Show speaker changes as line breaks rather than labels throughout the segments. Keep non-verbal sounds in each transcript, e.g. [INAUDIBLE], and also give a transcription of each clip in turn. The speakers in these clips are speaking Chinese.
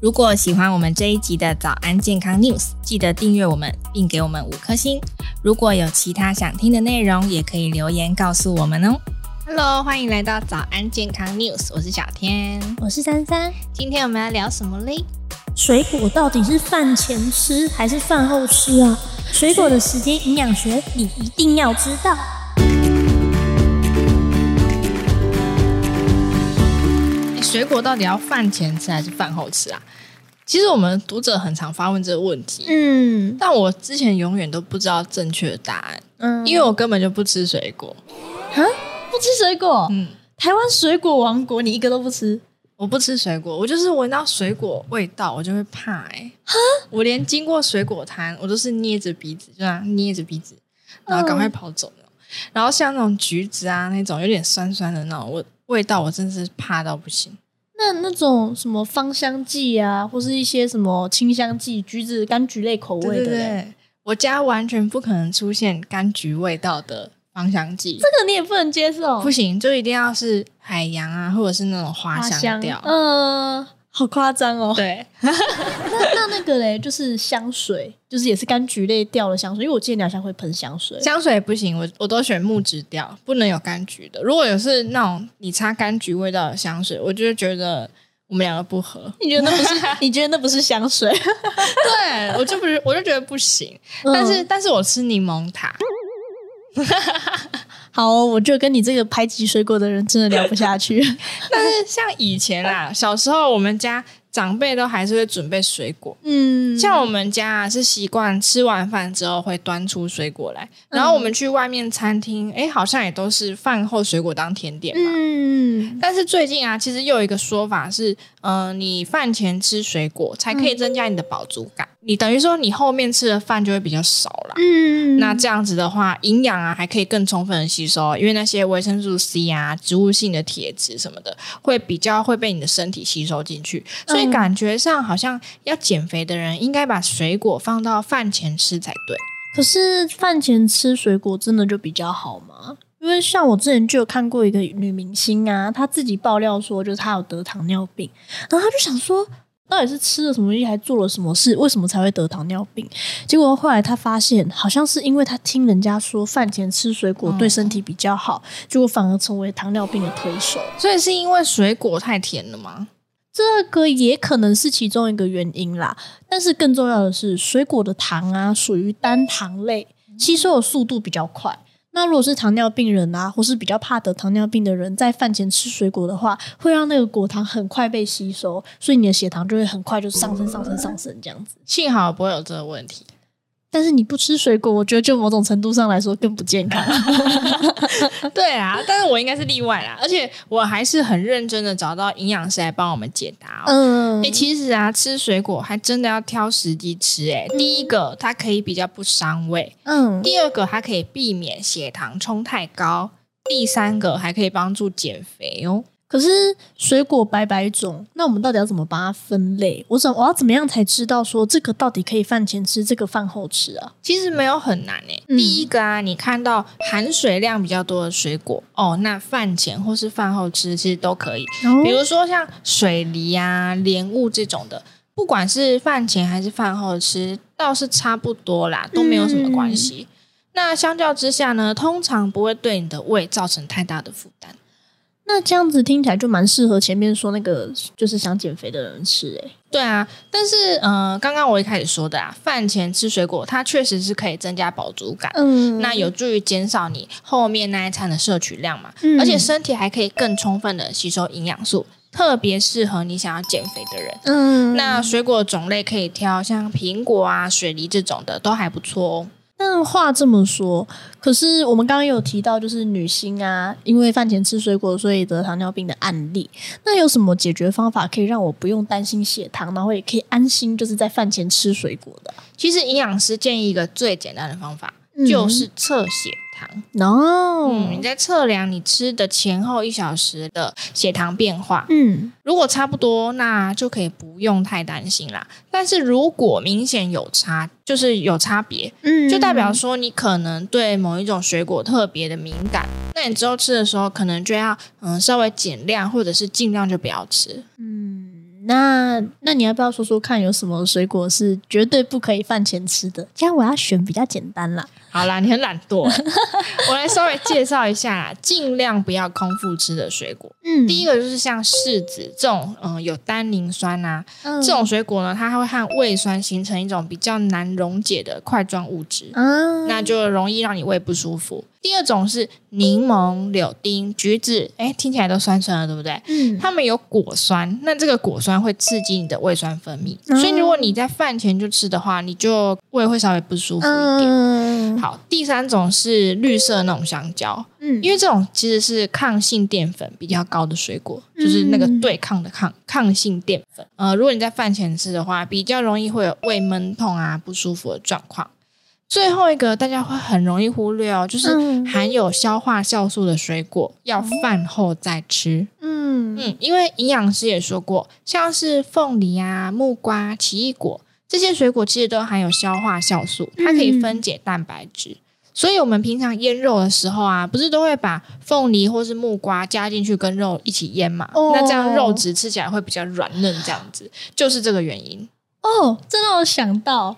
如果喜欢我们这一集的早安健康 News，记得订阅我们，并给我们五颗星。如果有其他想听的内容，也可以留言告诉我们哦。Hello，欢迎来到早安健康 News，我是小天。
我是珊珊。
今天我们要聊什么嘞？
水果到底是饭前吃还是饭后吃啊？水果的时间营养学你一定要知道。
诶水果到底要饭前吃还是饭后吃啊？其实我们读者很常发问这个问题，
嗯
但我之前永远都不知道正确的答案，
嗯
因为我根本就不吃水果。
不吃水果，
嗯，
台湾水果王国你一个都不吃，
我不吃水果，我就是闻到水果味道我就会怕哎、我连经过水果摊，我都是捏着鼻子，就这样捏着鼻子，然后赶
嗯
快跑走那种然后像那种橘子啊，那种有点酸酸的那种味味道，我真是怕到不行。
那那种什么芳香剂啊，或是一些什么清香剂、橘子、柑橘类口味
对
的
对
嘞，
对，我家完全不可能出现柑橘味道的芳香剂，
这个你也不能接受，
不行，就一定要是海洋啊，或者是那种花
花
香
香
调。
嗯，好夸张哦。
对，
那那那个嘞，就是香水，就是也是柑橘类调的香水，因为我记得你好像会喷香水。
香水不行，我我都选木质调，不能有柑橘的。如果有是那种你擦柑橘味道的香水，我就觉得我们两个不合。
你觉得那不是？你觉得那不是香水？
对我就不是，我就觉得不行。但是、
嗯
但是我吃柠檬塔，
好哦、我就跟你这个排挤水果的人真的聊不下去。
但是像以前啦，小时候我们家长辈都还是会准备水果。
嗯，
像我们家啊，是习惯吃完饭之后会端出水果来，然后我
嗯
们去外面餐厅，哎，好像也都是饭后水果当甜点嘛。
嗯，
但是最近啊，其实又有一个说法是，呃，你饭前吃水果才可以增加你的饱足感，你等于说你后面吃的饭就会比较少啦。
嗯，
那这样子的话，营养啊还可以更充分的吸收，啊因为那些维生素 C 啊、植物性的铁质什么的，会比较会被你的身体吸收进去。所以
嗯
感觉上好像要减肥的人，应该把水果放到饭前吃才对。
可是饭前吃水果真的就比较好吗？因为像我之前就有看过一个女明星啊，她自己爆料说，就是她有得糖尿病，然后她就想说，到底是吃了什么东西，还做了什么事，为什么才会得糖尿病？结果后来她发现，好像是因为她听人家说饭前吃水果对身体比较好，结果反而成为糖尿病的推手。
所以是因为水果太甜了吗？
这个也可能是其中一个原因啦，但是更重要的是，水果的糖啊属于单糖类，
嗯
吸收的速度比较快。那如果是糖尿病人啊，或是比较怕得糖尿病的人，在饭前吃水果的话，会让那个果糖很快被吸收，所以你的血糖就会很快就上升、上升、上升这样子。
幸好不会有这个问题。
但是你不吃水果，我觉得就某种程度上来说更不健
[LAUGHS]
康。
对啊，但是我应该是例外
嗯
啦，而且我还是很认真的找到营养师来帮我们解答、哦。
嗯
哎、其实啊，吃水果还真的要挑时机吃、欸。哎，第一个它可以比较不伤胃，
嗯
第二个它可以避免血糖冲太高，第三个还可以帮助减肥哦。
可是水果百百种，那我们到底要怎么把它分类？我怎我要怎么样才知道说这个到底可以饭前吃，这个饭后吃啊？
其实没有很难诶、
嗯
第一个啊，你看到含水量比较多的水果哦，那饭前或是饭后吃其实都可以。
然后
比如说像水梨啊、莲雾这种的，不管是饭前还是饭后吃，倒是差不多啦，都没有什么关系。
嗯
那相较之下呢，通常不会对你的胃造成太大的负担。
那这样子听起来就蛮适合前面说那个就是想减肥的人吃、欸，
对啊，但是呃，刚刚我一开始说的啊，饭前吃水果，它确实是可以增加饱足感，
嗯
那有助于减少你后面那一餐的摄取量嘛，
嗯
而且身体还可以更充分的吸收营养素，特别适合你想要减肥的人。
嗯
那水果种类可以挑，像苹果啊、水梨这种的都还不错哦。
但话这么说，可是我们刚刚有提到，就是女星啊，因为饭前吃水果，所以得糖尿病的案例。那有什么解决方法可以让我不用担心血糖，然后也可以安心就是在饭前吃水果的啊？
其实营养师建议一个最简单的方法，
嗯哦
就是测血糖。
no，
嗯，你在测量你吃的前后一小时的血糖变化，
嗯
如果差不多，那就可以不用太担心啦。但是如果明显有差，就是有差别，
嗯，
就代表说你可能对某一种水果特别的敏感，那你之后吃的时候可能就要嗯稍微减量，或者是尽量就不要吃。
嗯，那那你要不要说说看，有什么水果是绝对不可以饭前吃的？这样我要选比较简单啦。
好啦，你很懒
[LAUGHS]
惰。我来稍微介绍一下啦，尽量不要空腹吃的水果。
嗯，
第一个就是像柿子这种，嗯、有单宁酸啊，
嗯
这种水果呢，它会和胃酸形成一种比较难溶解的块状物质，
啊，
那就容易让你胃不舒服。第二种是柠檬、柳丁、橘子，哎，听起来都酸酸的，对不对？
嗯
它们有果酸，那这个果酸会刺激你的胃酸分泌，
嗯
所以如果你在饭前就吃的话，你就胃会稍微不舒服一点。
嗯
好，第三种是绿色那种香蕉，
嗯，
因
为
为这种其实是抗性淀粉比较高的水果，就是那个对抗的抗抗性淀粉。呃，如果你在饭前吃的话，比较容易会有胃闷痛啊、不舒服的状况。最后一个大家会很容易忽略哦，就是
嗯
含有消化酵素的水果要饭后再吃。
嗯
嗯，因为营养师也说过，像是凤梨啊、木瓜、奇异果这些水果，其实都含有消化酵素，它可以分解蛋白质。所以我们平常腌肉的时候啊，不是都会把凤梨或是木瓜加进去跟肉一起腌嘛？
哦
那这样肉质吃起来会比较软嫩，这样子就是这个原因。
哦，这让我想到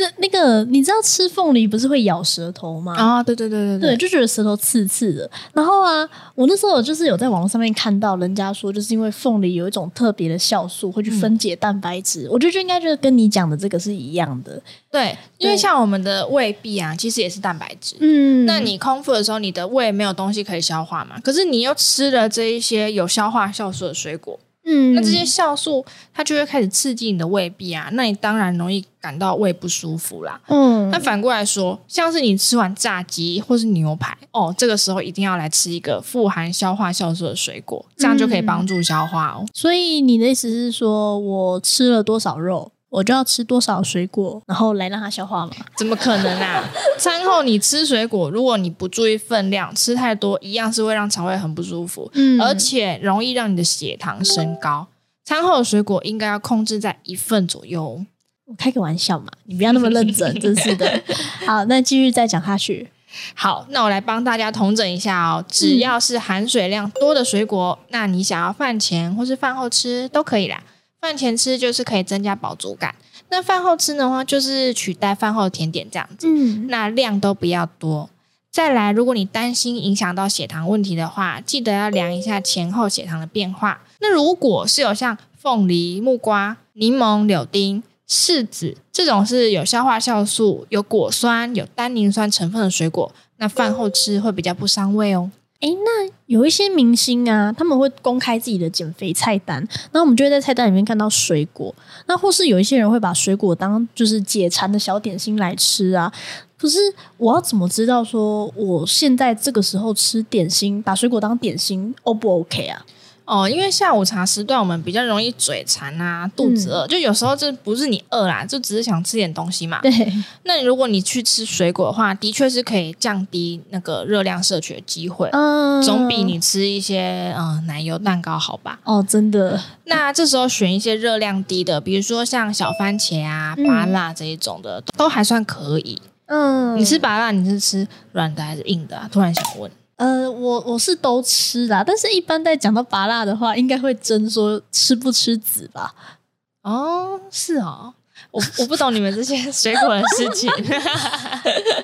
那那个，你知道吃凤梨不是会咬舌头吗？
啊、对对对
对，，就觉得舌头刺刺的。然后啊，我那时候就是有在网络上面看到人家说，就是因为凤梨有一种特别的酵素会去分解蛋白质，我觉得就应该就是跟你讲的这个是一样的。
对，因为
对
像我们的胃壁啊，其实也是蛋白质。
嗯
那你空腹的时候，你的胃没有东西可以消化嘛？可是你又吃了这一些有消化酵素的水果，
嗯
那这些酵素它就会开始刺激你的胃壁啊，那你当然容易感到胃不舒服啦。
嗯
那反过来说，像是你吃完炸鸡或是牛排，哦，这个时候一定要来吃一个富含消化酵素的水果，这样就可以帮
嗯
助消化哦。
所以你的意思是说我吃了多少肉，我就要吃多少水果，然后来让它消化嘛？
怎么可能啊？餐后你吃水果，如果你不注意分量，吃太多一样是会让肠胃很不舒服，
嗯
而且容易让你的血糖升高。餐后的水果应该要控制在一份左右哦。
我开个玩笑嘛，你不要那么认真，真是 [LAUGHS] 的。好，那继续再讲下去。
好，那我来帮大家统整一下哦。只要是含水量多的水果，那你想要饭前或是饭后吃都可以啦。饭前吃就是可以增加饱足感，那饭后吃的话就是取代饭后甜点这样子。
嗯
那量都不要多。再来，如果你担心影响到血糖问题的话，记得要量一下前后血糖的变化。那如果是有像凤梨、木瓜、柠檬、柳丁、柿子这种是有消化酵素、有果酸、有单宁酸成分的水果，那饭后吃会比较不伤胃哦。
哎，那有一些明星啊，他们会公开自己的减肥菜单，然后我们就会在菜单里面看到水果，那或是有一些人会把水果当就是解馋的小点心来吃啊。可是我要怎么知道说我现在这个时候吃点心，把水果当点心，O 不 OK 啊？
哦，因为下午茶时段我们比较容易嘴馋啊，肚子饿，就有时候这不是你饿啦，就只是想吃点东西嘛。
对，
那如果你去吃水果的话，的确是可以降低那个热量摄取的机会。
嗯，
总比你吃一些嗯、呃奶油蛋糕好吧？
哦，真的，
那这时候选一些热量低的，比如说像小番茄啊、
嗯
芭辣这一种的，都还算可以。
嗯，
你吃芭辣，你是吃软的还是硬的、啊？突然想问，
呃，我我是都吃啦，但是一般在讲到拔辣的话，应该会争说吃不吃籽吧？
哦，是哦，我我不懂你们这些水果的事
[LAUGHS]
情。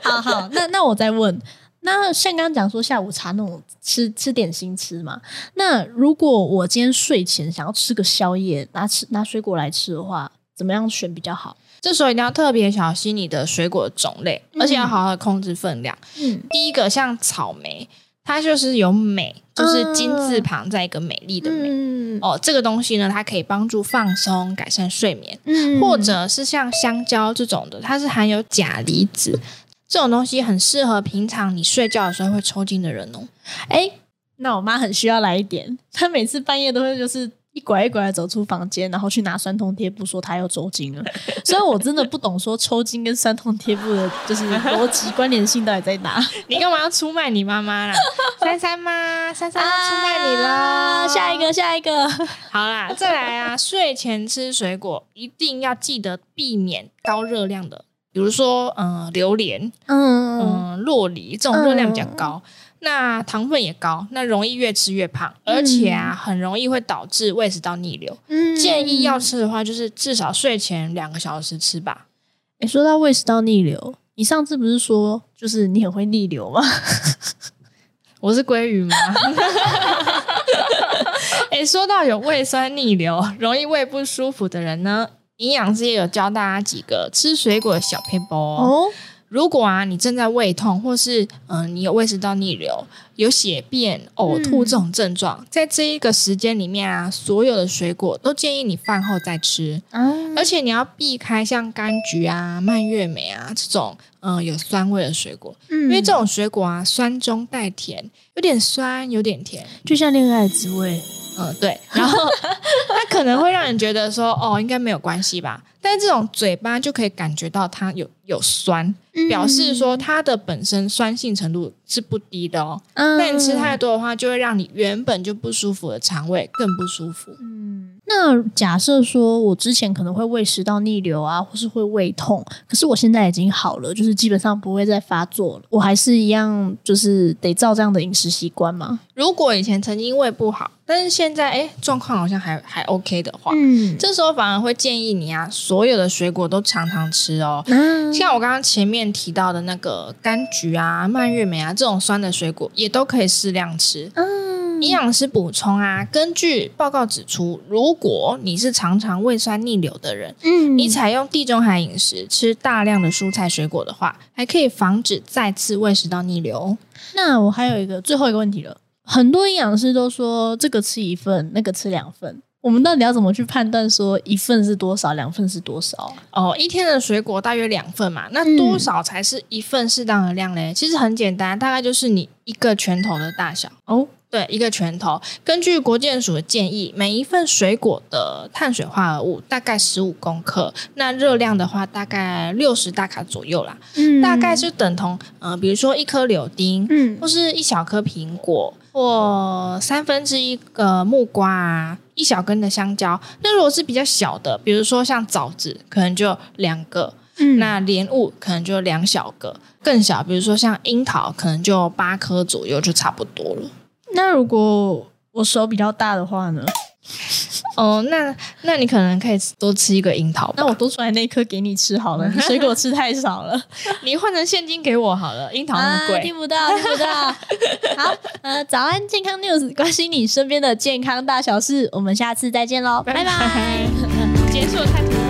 好啊好，那那我再问，那像刚刚讲说下午茶那种吃吃点心吃嘛，那如果我今天睡前想要吃个宵夜，拿吃拿水果来吃的话，怎么样选比较好？
这时候一定要特别小心你的水果种类，而且要
嗯
好好地控制分量。
嗯
第一个像草莓，它就是有美，就是金字
嗯
旁再一个美丽的美。
嗯
哦，这个东西呢，它可以帮助放松、改善睡眠，
嗯
或者是像香蕉这种的，它是含有钾离子，这种东西很适合平常你睡觉的时候会抽筋的人哦。
哎、那我妈很需要来一点，她每次半夜都会就是一拐一拐的走出房间，然后去拿酸痛贴布，说她要抽筋了。虽然我真的不懂说抽筋跟酸痛贴布的就是逻 [LAUGHS] 辑关联性到底在 [LAUGHS] 哪，
你干嘛要出卖你妈妈
[LAUGHS]
啦？珊珊妈，珊珊要出卖你啦！
啊下一，个，下一个，
好啦，再来啊！睡前吃水果一定要记得避免高热量的，比如说嗯、呃榴莲、
[LAUGHS] 嗯
嗯、洛梨这种热量比较高。那糖分也高，那容易越吃越胖，而且啊，很容易会导致胃食道逆流。
嗯
建议要吃的话，就是至少睡前两个小时吃吧。
诶说到胃食道逆流，你上次不是说就是你很会逆流吗？
我是鲑鱼 [LAUGHS] 吗？哎、说到有胃酸逆流、容易胃不舒服的人呢，营养师也有教大家几个吃水果的小 p e 哦。
哦，
如果啊，你正在胃痛，或是嗯、呃你有胃食道逆流、有血便、呕吐
嗯
这种症状，在这一个时间里面啊，所有的水果都建议你饭后再吃。
啊，
而且你要避开像柑橘啊、蔓越莓啊这种嗯、呃有酸味的水果，
因
因为这种水果啊，酸中带甜，有点酸，有点甜，
就像恋爱的滋味，
嗯，对。然后它可能会让人觉得说，哦，应该没有关系吧。但是这种嘴巴就可以感觉到它有有酸，
嗯
表示说它的本身酸性程度是不低的哦。
嗯，
但你吃太多的话，就会让你原本就不舒服的肠胃更不舒服。
嗯，那假设说我之前可能会胃食道逆流啊，或是会胃痛，可是我现在已经好了，就是基本上不会再发作了。我还是一样，就是得照这样的饮食习惯嘛。
如果以前曾经胃不好，但是现在哎状况好像还还 OK 的话，
嗯，
这时候反而会建议你啊，所有的水果都常常吃哦。
那
像我刚刚前面提到的那个柑橘啊、蔓越莓啊这种酸的水果，也都可以适量吃。
嗯
营养师补充啊，根据报告指出，如果你是常常胃酸逆流的人，
嗯
你采用地中海饮食，吃大量的蔬菜水果的话，还可以防止再次胃食道逆流哦。
那我还有一个最后一个问题了，很多营养师都说这个吃一份，那个吃两份，我们到底要怎么去判断说一份是多少，两份是多少啊？
哦，一天的水果大约两份嘛，那
嗯
多少才是一份适当的量嘞？其实很简单，大概就是你一个拳头的大小。
哦，
对，一个拳头。根据国健署的建议，每一份水果的碳水化合物大概十五公克，那热量的话大概六十大卡左右啦，
嗯
大概是等同呃，比如说一颗柳丁，
嗯
或是一小颗苹果，或三分之一个木瓜啊，一小根的香蕉。那如果是比较小的，比如说像枣子，可能就两个。
嗯
那莲雾可能就两小个，更小，比如说像樱桃，可能就八颗左右就差不多了。
那如果我手比较大的话呢？
哦，那那你可能可以多吃一个樱桃吧。
那我多出来那一颗给你吃好了，你水果吃太少了，
你换成现金给我好了，樱桃那么
啊，
贵。
听不到，听不
[LAUGHS]
到。好，呃，早安健康 news，关心你身边的健康大小事，我们下次再见喽，拜拜
结束的太突然。